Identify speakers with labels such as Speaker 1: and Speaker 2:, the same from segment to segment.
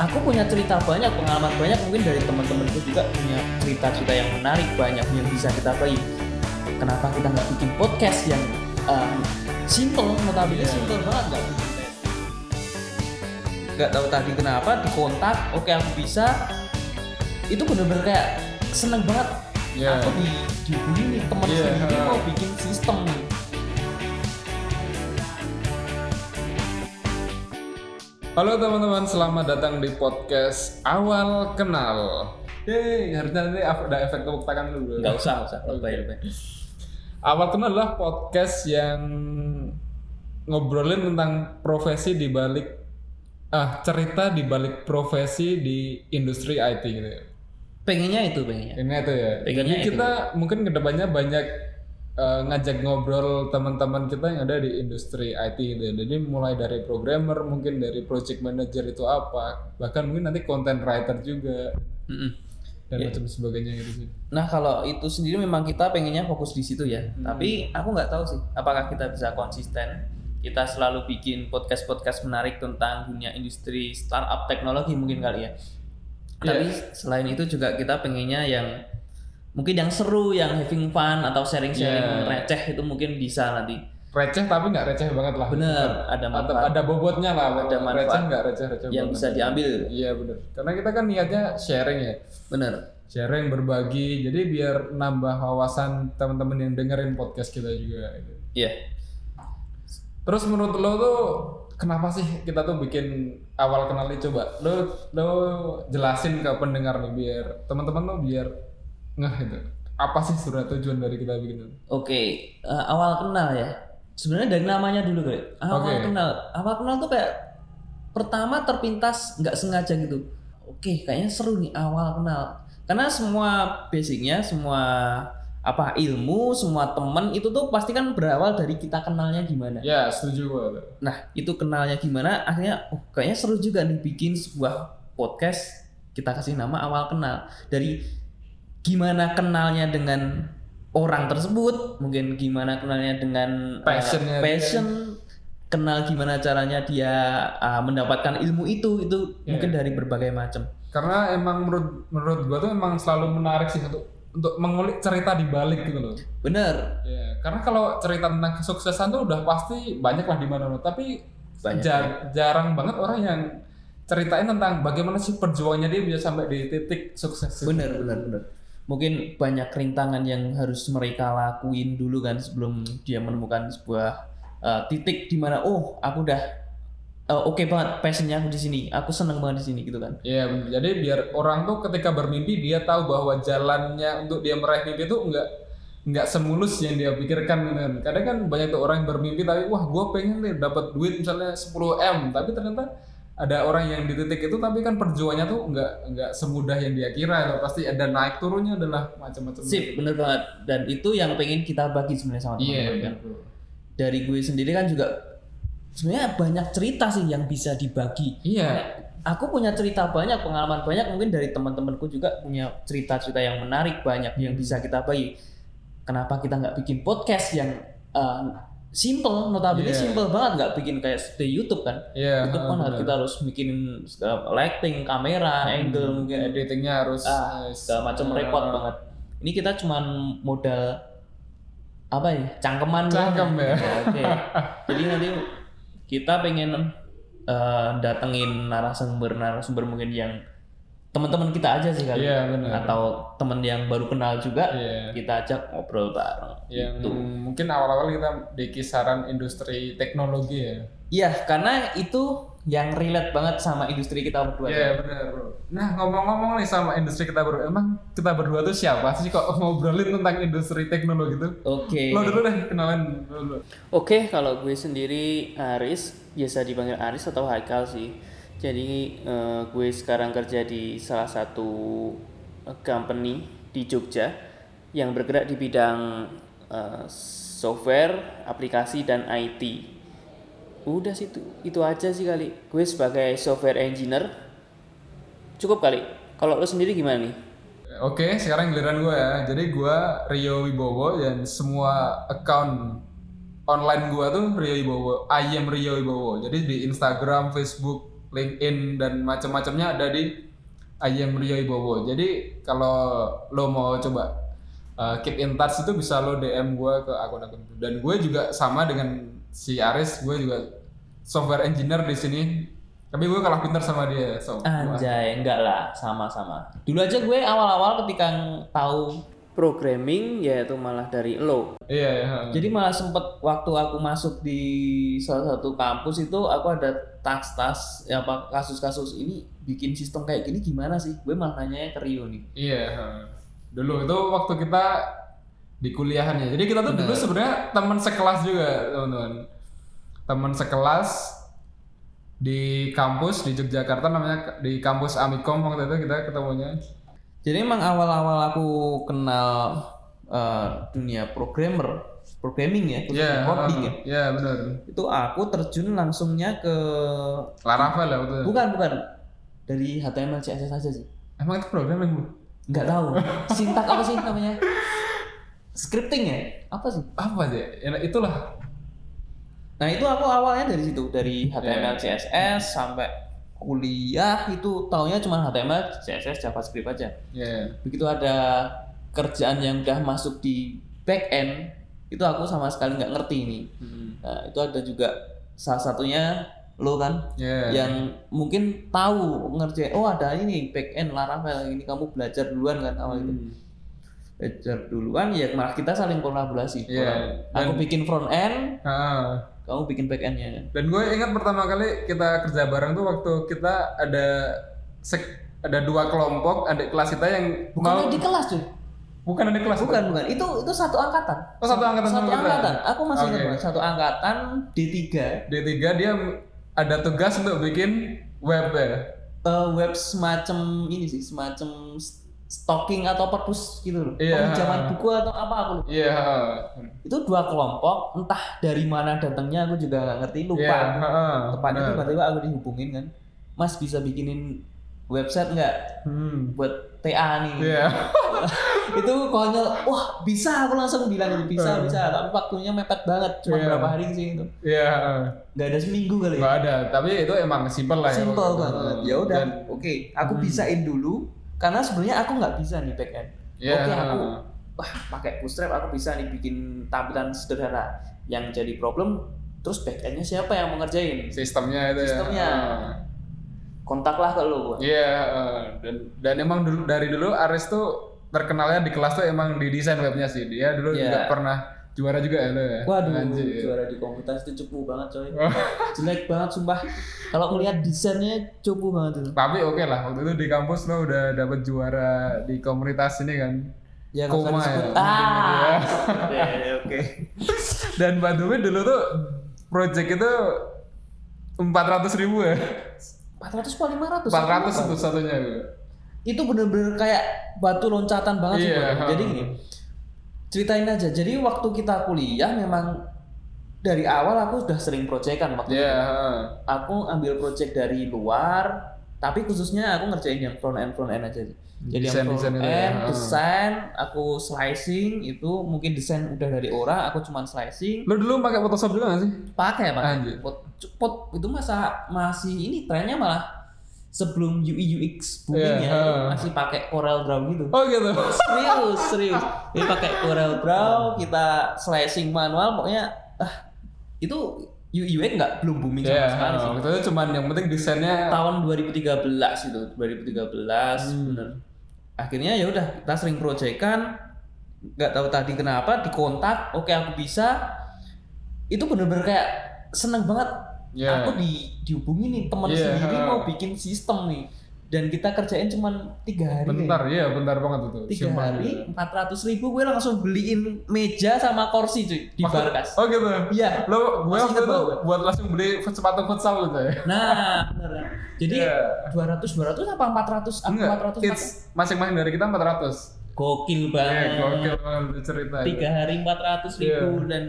Speaker 1: aku punya cerita banyak, pengalaman banyak mungkin dari teman-temanku juga punya cerita-cerita yang menarik banyak yang bisa kita bagi. Kenapa kita nggak bikin podcast yang uh, simple, notabene
Speaker 2: Iya.
Speaker 1: simple banget nggak bikin podcast. Nggak tahu tadi kenapa dikontak, oke aku bisa. Itu bener-bener kayak seneng banget.
Speaker 2: Iya.
Speaker 1: Aku di dibully nih teman
Speaker 2: Iya.
Speaker 1: sendiri mau bikin sistem nih.
Speaker 2: Halo teman-teman, selamat datang di podcast Awal Kenal. Yeay, harusnya nanti ada efek tepuk tangan dulu.
Speaker 1: Nggak usah, nggak usah. Lebay, lebay.
Speaker 2: Awal Kenal adalah podcast yang ngobrolin tentang profesi di balik ah cerita di balik profesi di industri IT gitu. ya.
Speaker 1: Pengennya itu, pengennya.
Speaker 2: Ini itu ya.
Speaker 1: Pengennya
Speaker 2: Jadi
Speaker 1: itu.
Speaker 2: kita mungkin kedepannya banyak eh, ngajak ngobrol teman-teman kita yang ada di industri IT gitu. ya. Jadi mulai dari programmer, mungkin dari project manager itu apa, bahkan mungkin nanti content writer juga
Speaker 1: Mm-mm.
Speaker 2: dan
Speaker 1: Ya.
Speaker 2: macam sebagainya gitu sih.
Speaker 1: Nah kalau itu sendiri memang kita pengennya fokus di situ ya.
Speaker 2: Hmm.
Speaker 1: Tapi aku nggak tahu sih apakah kita bisa konsisten. Kita selalu bikin podcast-podcast menarik tentang dunia industri startup teknologi mungkin kali ya.
Speaker 2: Iya.
Speaker 1: Tapi selain itu juga kita pengennya yang mungkin yang seru, yang having fun atau sharing-sharing
Speaker 2: Yeah.
Speaker 1: receh itu mungkin bisa nanti.
Speaker 2: Receh tapi nggak receh banget lah.
Speaker 1: Bener ada
Speaker 2: Ada,
Speaker 1: manfaat
Speaker 2: ada bobotnya lah.
Speaker 1: Ada manfaat
Speaker 2: receh nggak receh receh.
Speaker 1: yang
Speaker 2: banget.
Speaker 1: bisa diambil.
Speaker 2: Iya bener. Karena kita kan niatnya sharing ya.
Speaker 1: Bener.
Speaker 2: Sharing berbagi. Jadi biar nambah wawasan teman-teman yang dengerin podcast kita juga. Gitu.
Speaker 1: Iya.
Speaker 2: Terus menurut lo tuh kenapa sih kita tuh bikin awal kenal ini coba? Lo lo jelasin ke pendengar nih biar teman-teman lo biar ngeh gitu. Apa sih sebenarnya tujuan dari kita bikin itu?
Speaker 1: Oke, eh, awal kenal ya. Sebenarnya dari namanya dulu kali. Awal
Speaker 2: Oke.
Speaker 1: kenal, awal kenal tuh kayak pertama terpintas nggak sengaja gitu. Oke, kayaknya seru nih awal kenal. Karena semua basicnya, semua apa ilmu, semua temen itu tuh pasti kan berawal dari kita kenalnya gimana.
Speaker 2: Ya setuju gue. tuh.
Speaker 1: Nah, itu kenalnya gimana? Akhirnya, oh, kayaknya seru juga nih bikin sebuah podcast. Kita kasih nama awal kenal. Dari gimana kenalnya dengan orang tersebut, mungkin gimana kenalnya dengan eh,
Speaker 2: Passionnya dia.
Speaker 1: passion, kenal gimana caranya dia eh, mendapatkan ilmu itu, itu
Speaker 2: Iya.
Speaker 1: mungkin dari berbagai macam.
Speaker 2: Karena emang menurut menurut gue tuh emang selalu menarik sih untuk untuk mengulik cerita di balik gitu loh.
Speaker 1: Bener,
Speaker 2: Ya, karena kalau cerita tentang kesuksesan tuh udah pasti banyak lah di mana-mana, tapi
Speaker 1: Banyak,
Speaker 2: jar- jarang banget orang yang ceritain tentang bagaimana sih perjuangannya dia bisa sampai di titik sukses.
Speaker 1: bener, bener, bener. Mungkin banyak rintangan yang harus mereka lakuin dulu kan sebelum dia menemukan sebuah eh, titik di mana oh aku udah eh, oke banget passionnya aku di sini, aku seneng banget di sini gitu kan.
Speaker 2: Iya, bener. jadi biar orang tuh ketika bermimpi dia tahu bahwa jalannya untuk dia meraih mimpi itu enggak nggak semulus yang dia pikirkan gitu kan. Kadang kan banyak tuh orang yang bermimpi tapi wah gue pengen nih dapat duit misalnya 10 m tapi ternyata ada orang yang di titik itu tapi kan perjuangannya tuh nggak nggak semudah yang dia kira loh. pasti ada naik turunnya adalah macam-macam.
Speaker 1: Sip, bener banget. Dan itu yang pengen kita bagi sebenarnya sama
Speaker 2: Iya.
Speaker 1: teman-teman kan.
Speaker 2: bener, bro.
Speaker 1: Dari gue sendiri kan juga sebenarnya banyak cerita sih yang bisa dibagi.
Speaker 2: Iya.
Speaker 1: Aku punya cerita banyak, pengalaman banyak mungkin dari teman-temanku juga punya cerita-cerita yang menarik banyak yang
Speaker 2: Hmm.
Speaker 1: bisa kita bagi. Kenapa kita nggak bikin podcast yang uh, simple, notabene
Speaker 2: Iya.
Speaker 1: simple banget nggak bikin kayak di YouTube kan?
Speaker 2: Iya.
Speaker 1: YouTube kan
Speaker 2: heeh, bener.
Speaker 1: kita harus bikin segala lighting, kamera,
Speaker 2: Hmm.
Speaker 1: angle mungkin
Speaker 2: editingnya harus
Speaker 1: Ah,
Speaker 2: eh,
Speaker 1: segala macam
Speaker 2: eh,
Speaker 1: repot banget. Ini kita cuman modal apa ya? Cangkeman doang. Iya,
Speaker 2: Cangkem ya.
Speaker 1: Oke. Jadi nanti kita pengen eh, datengin narasumber-narasumber mungkin yang teman-teman kita aja sih kali. ya.
Speaker 2: Iya, benar.
Speaker 1: Atau teman yang baru kenal juga
Speaker 2: Iya.
Speaker 1: kita ajak ngobrol bareng.
Speaker 2: yang
Speaker 1: Gitu.
Speaker 2: mungkin awal-awal kita di kisaran industri teknologi ya.
Speaker 1: Iya, karena itu yang relate banget sama industri kita berdua.
Speaker 2: Iya benar bro. Nah ngomong-ngomong nih sama industri kita berdua, emang kita berdua tuh siapa sih kok ngobrolin tentang industri teknologi tuh?
Speaker 1: Oke.
Speaker 2: Lo dulu deh kenalan dulu.
Speaker 1: Oke, kalau gue sendiri Aris, biasa dipanggil Aris atau Haikal sih. Jadi eh, gue sekarang kerja di salah satu eh, company di Jogja yang bergerak di bidang eh, software, aplikasi dan IT. Udah sih itu, itu aja sih kali. Gue sebagai software engineer cukup kali. Kalau lo sendiri gimana nih?
Speaker 2: Oke, sekarang giliran gue ya. Jadi gue Rio Wibowo dan semua account online gue tuh Rio Wibowo. I am Rio Wibowo. Jadi di Instagram, Facebook, LinkedIn dan macam-macamnya ada di Ayam Rio Ibowo. Jadi kalau lo mau coba uh, keep in touch itu bisa lo DM gue ke akun-akun itu. Dan gue juga sama dengan si Aris, gue juga software engineer di sini. Tapi gue kalah pinter sama dia. So, gua-
Speaker 1: Anjay, enggak lah, sama-sama. Dulu aja gue awal-awal ketika tahu ya
Speaker 3: Programming yaitu malah dari lo.
Speaker 2: Iya, iya.
Speaker 1: Jadi malah sempet waktu aku masuk di salah satu kampus itu aku ada tas-tas ya apa kasus-kasus ini bikin sistem kayak gini gimana sih? Gue malah nanya ke Rio nih.
Speaker 2: Iya. heeh. Dulu itu waktu kita di kuliahan ya. Jadi kita tuh dulu sebenarnya teman sekelas juga, teman-teman. Teman sekelas di kampus di Yogyakarta namanya di kampus Amikom waktu itu kita ketemunya.
Speaker 1: Jadi emang awal-awal aku kenal eh, dunia programmer, programming ya, khususnya
Speaker 2: Iya.
Speaker 1: coding ya.
Speaker 2: heeh. Iya, benar.
Speaker 1: Itu aku terjun langsungnya ke
Speaker 2: Laravel ya waktu itu.
Speaker 1: bukan bukan dari HTML CSS aja sih.
Speaker 2: Emang itu programming, Bu?
Speaker 1: Nggak tahu. Sintak apa sih namanya? Scripting ya? Apa sih?
Speaker 2: Apa aja? Ya, itulah.
Speaker 1: Nah itu aku awalnya dari situ dari HTML CSS sampai kuliah itu taunya cuma HTML CSS JavaScript aja.
Speaker 2: Iya.
Speaker 1: Begitu ada kerjaan yang udah masuk di back end itu aku sama sekali nggak ngerti ini.
Speaker 2: Hmm.
Speaker 1: Nah, itu ada juga salah satunya lo kan
Speaker 2: Iya.
Speaker 1: yang mungkin tahu ngerjain oh ada ini back end Laravel ini kamu belajar duluan kan awal itu
Speaker 2: Hmm.
Speaker 1: belajar duluan ya malah kita saling kolaborasi.
Speaker 2: Iya.
Speaker 1: Aku bikin front end,
Speaker 2: Heeh.
Speaker 1: kamu bikin back endnya kan.
Speaker 2: Dan gue ingat pertama kali kita kerja bareng tuh waktu kita ada sek- ada dua kelompok adik kelas kita yang
Speaker 1: Bukan
Speaker 2: mau
Speaker 1: di kelas cuy.
Speaker 2: bukan adik kelas
Speaker 1: Bukan, bukan. Itu itu satu angkatan.
Speaker 2: Oh, satu angkatan
Speaker 1: Satu
Speaker 2: sama kita.
Speaker 1: angkatan. Aku masih ingat
Speaker 2: Oke.
Speaker 1: banget. Satu angkatan D3
Speaker 2: D3 dia ada tugas untuk bikin web ya.
Speaker 1: eh, web semacam ini sih, semacam s- stalking atau perpus gitu loh.
Speaker 2: Iya.
Speaker 1: Peminjaman buku atau apa aku lupa.
Speaker 2: Iya.
Speaker 1: Itu dua kelompok, entah dari mana datangnya aku juga nggak ngerti, lupa.
Speaker 2: Iya, heeh.
Speaker 1: Tepatnya
Speaker 2: Benar.
Speaker 1: tiba-tiba aku dihubungin kan. Mas bisa bikinin website nggak
Speaker 2: Hmm.
Speaker 1: buat TA nih?
Speaker 2: Iya.
Speaker 1: itu konyol wah bisa aku langsung bilang itu bisa
Speaker 2: Hmm.
Speaker 1: bisa tapi waktunya mepet banget cuma
Speaker 2: Iya.
Speaker 1: berapa hari sih itu
Speaker 2: Iya.
Speaker 1: nggak ada seminggu kali ya
Speaker 2: Enggak ada, tapi itu emang simple lah ya.
Speaker 1: simple
Speaker 2: waktu itu.
Speaker 1: banget ya udah
Speaker 2: Dan-
Speaker 1: oke aku
Speaker 2: Hmm.
Speaker 1: bisain dulu karena sebenarnya aku nggak bisa nih back end
Speaker 2: Iya.
Speaker 1: Oke, aku wah pakai bootstrap aku bisa nih bikin tampilan sederhana yang jadi problem terus back endnya siapa yang mau ngerjain
Speaker 2: Sistemnya itu
Speaker 1: Sistemnya.
Speaker 2: ya. Heeh.
Speaker 1: kontaklah ke lu gua.
Speaker 2: Iya, eh, dan dan emang dulu dari dulu Aris tuh terkenalnya di kelas tuh emang di desain webnya sih. Dia dulu
Speaker 1: Iya.
Speaker 2: juga pernah juara juga ya lo ya.
Speaker 1: Waduh,
Speaker 2: Anjir.
Speaker 1: juara di komunitas itu cupu banget coy. Jelek banget sumpah. Kalau ngeliat desainnya cupu banget itu.
Speaker 2: Tapi oke lah, waktu itu di kampus lo udah dapet juara di komunitas ini kan.
Speaker 1: Ya nggak usah
Speaker 2: Koma ya.
Speaker 1: disebut.
Speaker 2: Iya.
Speaker 1: Ah. Oke, Oke.
Speaker 2: Dan by the way dulu tuh project itu 400 ribu ya.
Speaker 1: 400 apa 500?
Speaker 2: 400 satu satunya gue.
Speaker 1: Itu bener-bener kayak batu loncatan banget sih.
Speaker 2: Iya,
Speaker 1: Bang.
Speaker 2: ha.
Speaker 1: Jadi gini. Ceritain aja. Jadi waktu kita kuliah memang dari awal aku sudah sering proyekan waktu itu.
Speaker 2: Iya, heeh.
Speaker 1: Aku ambil proyek dari luar, tapi khususnya aku ngerjain yang front end front end aja. sih. Jadi
Speaker 2: Desain-
Speaker 1: yang
Speaker 2: desain
Speaker 1: front
Speaker 2: itu ya,
Speaker 1: end,
Speaker 2: ha.
Speaker 1: desain, aku slicing itu mungkin desain udah dari orang, aku cuman slicing.
Speaker 2: Lo dulu pakai Photoshop juga gak sih?
Speaker 1: pakai pak
Speaker 2: Anjir.
Speaker 1: pot, pot itu masa masih ini trennya malah sebelum UI UX booming ya
Speaker 2: Iya, heeh.
Speaker 1: masih pakai Corel Draw gitu
Speaker 2: Oh gitu.
Speaker 1: serius serius ini pakai Corel Draw kita slicing manual pokoknya ah itu UI UX nggak belum booming sama
Speaker 2: Iya,
Speaker 1: sekali
Speaker 2: heeh.
Speaker 1: sih
Speaker 2: waktu itu cuman yang penting desainnya
Speaker 1: tahun 2013 itu 2013
Speaker 2: Hmm.
Speaker 1: bener akhirnya ya udah kita sering proyekan nggak tahu tadi kenapa dikontak oke aku bisa itu bener-bener kayak seneng banget
Speaker 2: Iya.
Speaker 1: aku di dihubungi nih teman
Speaker 2: Iya.
Speaker 1: sendiri mau bikin sistem nih dan kita kerjain cuman tiga hari
Speaker 2: bentar,
Speaker 1: kayaknya.
Speaker 2: iya bentar banget itu.
Speaker 1: tiga
Speaker 2: Sumpah.
Speaker 1: hari empat ratus ribu gue langsung beliin meja sama kursi cuy di
Speaker 2: Maksud-
Speaker 1: Barkas
Speaker 2: Oh gitu.
Speaker 1: Iya.
Speaker 2: Lo gue
Speaker 1: Masih
Speaker 2: waktu
Speaker 1: ingat
Speaker 2: itu
Speaker 1: banget.
Speaker 2: buat langsung beli fut- sepatu futsal gitu ya.
Speaker 1: nah bener jadi
Speaker 2: Iya.
Speaker 1: dua ratus dua ratus apa empat ratus
Speaker 2: Enggak.
Speaker 1: empat ratus
Speaker 2: It's masing-masing dari kita 400.
Speaker 1: gokil
Speaker 2: Iya,
Speaker 1: banget
Speaker 2: gokil banget itu cerita. itu.
Speaker 1: Eh, tiga hari empat ratus
Speaker 2: Iya.
Speaker 1: ribu dan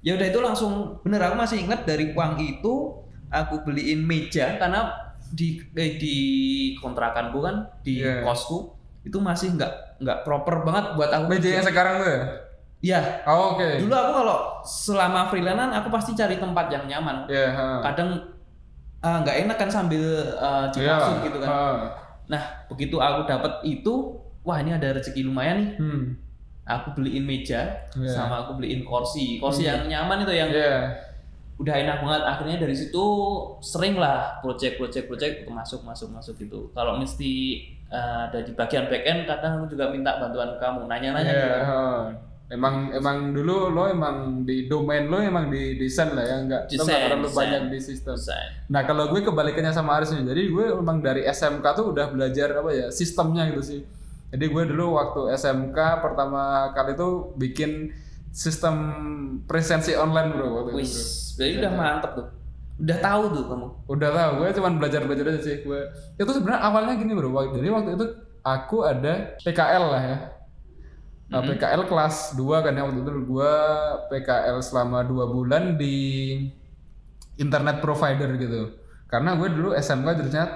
Speaker 1: ya udah itu langsung bener aku masih ingat dari uang itu aku beliin meja karena di eh, di kontrakanku kan di
Speaker 2: Iya.
Speaker 1: kosku itu masih nggak nggak proper banget buat aku
Speaker 2: Meja yang sekarang tuh. ya?
Speaker 1: ya
Speaker 2: Oh, oke.
Speaker 1: dulu aku kalau selama freelancer aku pasti cari tempat yang nyaman
Speaker 2: Iya, heeh.
Speaker 1: kadang ah, nggak enak kan sambil eh,
Speaker 2: Iya.
Speaker 1: dipaksin gitu kan
Speaker 2: ah.
Speaker 1: nah begitu aku dapat itu wah ini ada rezeki lumayan nih
Speaker 2: hmm.
Speaker 1: aku beliin meja
Speaker 2: Iya.
Speaker 1: sama aku beliin kursi kursi yang nyaman itu yang
Speaker 2: Iya.
Speaker 1: udah enak banget akhirnya dari situ sering lah project project project masuk masuk masuk gitu kalau mesti eh, ada di bagian backend kadang aku juga minta bantuan kamu gitu. nanya nanya
Speaker 2: Iya, ah. Emang emang dulu lo emang di domain lo emang di desain lah ya enggak lo
Speaker 1: Desain,
Speaker 2: nggak terlalu
Speaker 1: desain.
Speaker 2: banyak di sistem.
Speaker 1: selesai
Speaker 2: Nah kalau gue kebalikannya sama Aris nih, jadi gue emang dari SMK tuh udah belajar apa ya sistemnya gitu sih. Jadi gue dulu waktu SMK pertama kali tuh bikin sistem presensi online bro. Waktu itu,
Speaker 1: wis
Speaker 2: bro.
Speaker 1: jadi
Speaker 2: Iya.
Speaker 1: udah mantep tuh udah tahu tuh kamu
Speaker 2: Udah lah, gue cuman belajar belajar aja sih gue. Itu sebenarnya awalnya gini bro, wak- jadi waktu itu aku ada PKL lah ya. Nah, PKL kelas 2 kan ya waktu itu gue PKL selama dua bulan di internet provider gitu karena gue dulu SMK jurusannya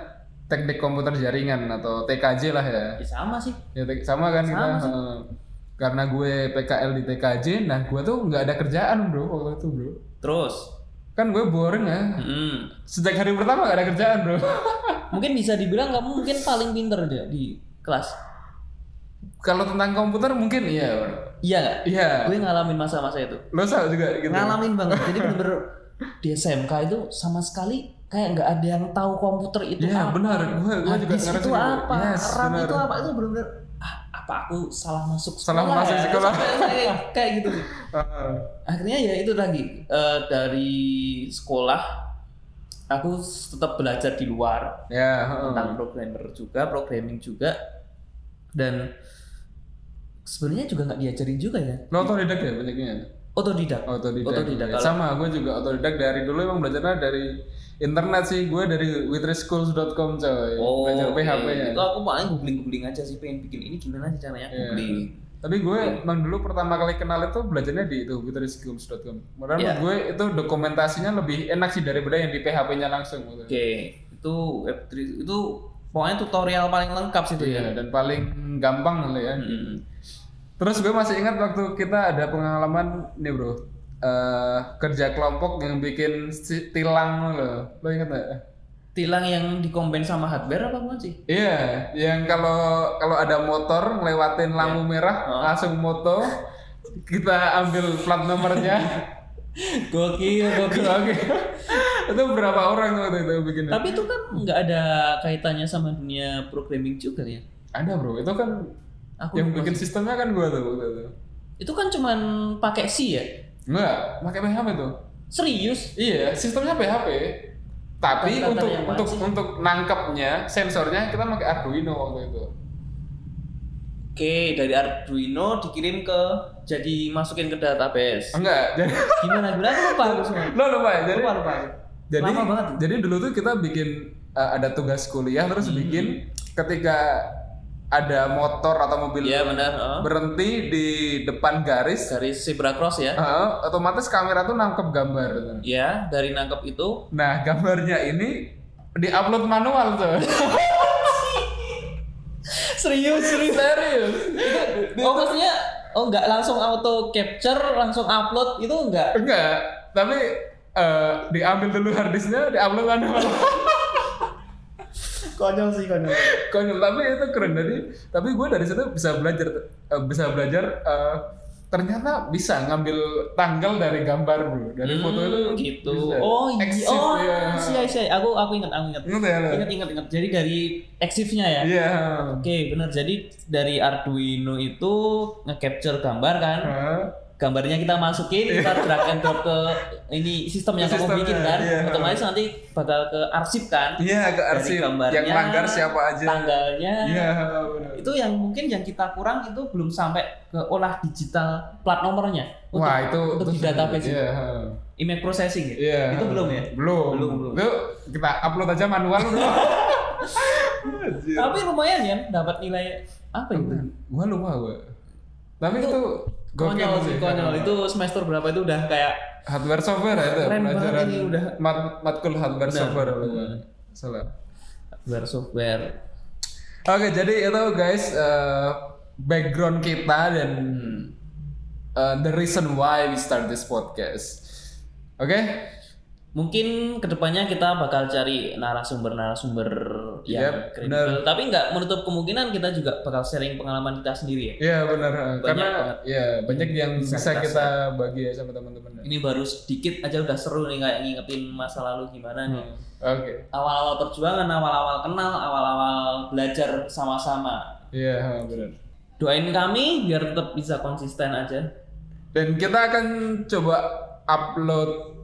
Speaker 2: teknik komputer jaringan atau TKJ lah ya,
Speaker 1: ya sama sih
Speaker 2: ya te- sama kan kita
Speaker 1: Sama
Speaker 2: Heeh. karena gue PKL di TKJ nah gue tuh nggak ada kerjaan bro waktu itu bro
Speaker 1: terus
Speaker 2: kan gue boring ya
Speaker 1: Mm.
Speaker 2: sejak hari pertama gak ada kerjaan bro
Speaker 1: mungkin bisa dibilang kamu mungkin paling pinter dia di kelas
Speaker 2: kalau tentang komputer mungkin iya bro
Speaker 1: iya nggak
Speaker 2: iya
Speaker 1: gue ngalamin masa-masa itu
Speaker 2: lo sama juga gitu
Speaker 1: ngalamin banget jadi bener-bener di SMK itu sama sekali kayak nggak ada yang tahu komputer itu
Speaker 2: Iya,
Speaker 1: apa
Speaker 2: benar. Gue- gue juga
Speaker 1: hadis
Speaker 2: ngerasa
Speaker 1: itu
Speaker 2: gitu.
Speaker 1: apa
Speaker 2: Yes,
Speaker 1: Arab
Speaker 2: benar.
Speaker 1: itu apa itu bener-bener ah, apa aku salah masuk sekolah
Speaker 2: Salah masuk
Speaker 1: ya?
Speaker 2: sekolah.
Speaker 1: Kayak- kayak gitu sih
Speaker 2: Heeh.
Speaker 1: akhirnya ya itu lagi Eh, dari sekolah aku tetap belajar di luar
Speaker 2: ya heeh.
Speaker 1: tentang programmer juga programming juga dan sebenarnya juga nggak diajarin juga ya
Speaker 2: lo otodidak ya banyaknya
Speaker 1: otodidak
Speaker 2: otodidak,
Speaker 1: Otodidak, kalau-
Speaker 2: sama gue juga otodidak dari dulu emang belajarnya dari internet sih gue dari withreschools.com coy belajar
Speaker 1: Oh, oke.
Speaker 2: PHP ya
Speaker 1: Itu aku paling googling-googling aja sih pengen bikin ini gimana sih caranya
Speaker 2: Iya.
Speaker 1: googling.
Speaker 2: tapi gue
Speaker 1: Iya.
Speaker 2: emang dulu pertama kali kenal itu belajarnya di itu withreschools.com Kemudian
Speaker 1: Iya.
Speaker 2: menurut gue itu dokumentasinya lebih enak sih daripada yang di PHP-nya langsung gitu.
Speaker 1: Oke, itu web tri- itu pokoknya tutorial paling lengkap sih itu ya.
Speaker 2: Iya, dan paling gampang lah ya
Speaker 1: Mm.
Speaker 2: Terus gue masih ingat waktu kita ada pengalaman nih bro, eh, kerja kelompok yang bikin si- tilang lo, lo inget gak?
Speaker 1: Tilang yang dikompen sama hardware apa bukan sih?
Speaker 2: Iya, yang kalau kalau ada motor ngelewatin lampu
Speaker 1: Iya.
Speaker 2: merah
Speaker 1: Oh.
Speaker 2: langsung moto, kita ambil plat nomornya.
Speaker 1: Gokil,
Speaker 2: Oke,
Speaker 1: gokil.
Speaker 2: oke. itu berapa orang tuh waktu itu bikinnya?
Speaker 1: Tapi itu kan nggak ada kaitannya sama dunia programming juga ya.
Speaker 2: Ada bro, itu kan
Speaker 1: Aku
Speaker 2: yang bikin sistemnya kan gua tuh waktu itu.
Speaker 1: itu kan cuman pakai C ya.
Speaker 2: Enggak, pakai PHP tuh.
Speaker 1: Serius?
Speaker 2: Iya, sistemnya PHP. Tapi
Speaker 1: Tata-tata
Speaker 2: untuk
Speaker 1: yang mana
Speaker 2: untuk
Speaker 1: sih?
Speaker 2: untuk nangkepnya sensornya kita pakai Arduino waktu itu.
Speaker 1: Oke, dari Arduino dikirim ke jadi masukin ke database.
Speaker 2: Enggak, jadi
Speaker 1: Gimana gimana aku lupa aku semua.
Speaker 2: lo lupa ya. Jadi
Speaker 1: Lupa lupa.
Speaker 2: jadi
Speaker 1: Lama banget.
Speaker 2: jadi dulu tuh kita bikin uh, ada tugas kuliah terus
Speaker 1: Hmm.
Speaker 2: bikin ketika ada motor atau mobil
Speaker 1: Iya benar. oh.
Speaker 2: berhenti di depan garis,
Speaker 1: Garis zebra cross ya.
Speaker 2: uh, otomatis kamera tuh nangkep gambar. gitu.
Speaker 1: Ya, dari nangkep itu
Speaker 2: Nah, gambarnya ini diupload manual tuh.
Speaker 1: serius serius.
Speaker 2: Serius.
Speaker 1: Oh maksudnya oh nggak langsung auto capture, langsung upload itu enggak.
Speaker 2: Enggak, tapi eh, diambil dulu harddisknya, diupload manual.
Speaker 1: Konyol sih konyol.
Speaker 2: Konyol, tapi itu keren dari. Tapi gue dari situ bisa belajar, eh, bisa belajar. eh, ternyata bisa ngambil tanggal dari gambar bro, dari foto itu.
Speaker 1: gitu.
Speaker 2: bisa.
Speaker 1: Oh iya.
Speaker 2: Exit,
Speaker 1: oh,
Speaker 2: ya.
Speaker 1: iya iya. Aku aku ingat aku ingat.
Speaker 2: Ingat ya lo?
Speaker 1: Ingat ingat ingat. Jadi dari exifnya ya.
Speaker 2: Iya.
Speaker 1: Oke, benar. Jadi dari Arduino itu nge-capture gambar kan.
Speaker 2: Hah?
Speaker 1: gambarnya kita
Speaker 2: Iya.
Speaker 1: masukin kita drag and drop ke ini sistem yang
Speaker 2: Ke
Speaker 1: kamu
Speaker 2: sistemnya,
Speaker 1: bikin kan
Speaker 2: iya.
Speaker 1: otomatis nanti bakal ke arsip kan
Speaker 2: Iya ke
Speaker 1: Dari
Speaker 2: arsip
Speaker 1: gambarnya,
Speaker 2: yang langgar siapa aja.
Speaker 1: tanggalnya
Speaker 2: Iya benar.
Speaker 1: itu yang mungkin yang kita kurang itu belum sampai ke olah digital plat nomornya untuk,
Speaker 2: Wah itu
Speaker 1: untuk
Speaker 2: itu
Speaker 1: di database
Speaker 2: Iya.
Speaker 1: image processing ya
Speaker 2: Iya.
Speaker 1: itu belum ya
Speaker 2: Belum.
Speaker 1: Belum, belum.
Speaker 2: Itu kita upload aja manual bro. Anjir.
Speaker 1: tapi lumayan ya dapat nilai apa itu
Speaker 2: Gua lupa gua. Tapi itu,
Speaker 1: Itu konyol sih konyol itu semester berapa itu udah kayak
Speaker 2: hardware software ya itu
Speaker 1: Keren banget
Speaker 2: pelajaran
Speaker 1: ini udah.
Speaker 2: mat matkul hardware
Speaker 1: Benar.
Speaker 2: software kalau gua. salah.
Speaker 1: hardware software
Speaker 2: Oke jadi itu guys eh, background kita dan
Speaker 1: Hmm.
Speaker 2: eh, the reason why we start this podcast. Oke
Speaker 1: mungkin kedepannya kita bakal cari narasumber-narasumber yang
Speaker 2: Yap,
Speaker 1: kredibel. Tapi nggak menutup kemungkinan kita juga bakal sharing pengalaman kita sendiri ya.
Speaker 2: Iya benar karena
Speaker 1: banget.
Speaker 2: ya banyak yang
Speaker 1: Bisa
Speaker 2: bisa
Speaker 1: kita
Speaker 2: kita bagi ya sama teman-teman. Oke.
Speaker 1: Ini baru sedikit aja udah seru nih kayak ngingetin masa lalu gimana
Speaker 2: Hmm.
Speaker 1: nih. Awal-awal perjuangan, awal-awal kenal, awal-awal belajar sama-sama.
Speaker 2: Iya ha, benar.
Speaker 1: Doain kami biar tetap bisa konsisten aja.
Speaker 2: Dan kita akan coba upload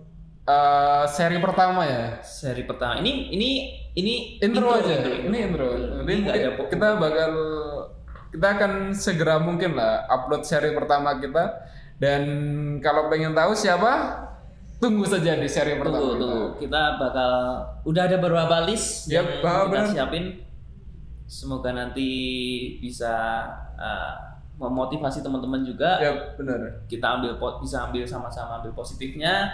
Speaker 2: eh, seri pertama ya.
Speaker 1: Seri pertama ini ini ini
Speaker 2: Intro, aja.
Speaker 1: intro,
Speaker 2: Ini intro. Nanti
Speaker 1: Ini ya, nggak ada
Speaker 2: mungkin kita bakal kita akan segera mungkin lah upload seri pertama kita. Dan kalau pengen tahu siapa, tunggu saja di seri pertama.
Speaker 1: Tunggu,
Speaker 2: kita.
Speaker 1: tunggu. Kita bakal udah ada beberapa list
Speaker 2: Yap,
Speaker 1: yang
Speaker 2: ah,
Speaker 1: kita
Speaker 2: benar.
Speaker 1: siapin. Semoga nanti bisa uh, memotivasi teman-teman juga.
Speaker 2: Ya benar.
Speaker 1: Kita ambil po- bisa ambil sama-sama ambil positifnya.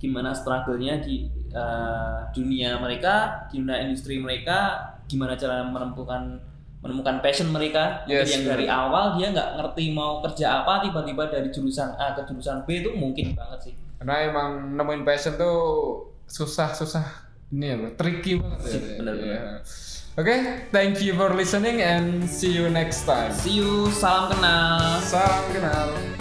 Speaker 1: Gimana struggle-nya di uh, dunia mereka, di dunia industri mereka, gimana cara menemukan menemukan passion mereka. Mungkin
Speaker 2: Yes,
Speaker 1: yang dari awal dia nggak ngerti mau kerja apa, tiba-tiba dari jurusan A ke jurusan B itu mungkin banget sih.
Speaker 2: Karena emang nemuin passion tuh susah-susah ini ya, bro. tricky banget. ya.
Speaker 1: benar,
Speaker 2: Iya. Oke, thank you for listening and see you next time.
Speaker 1: See you, salam kenal.
Speaker 2: Salam kenal.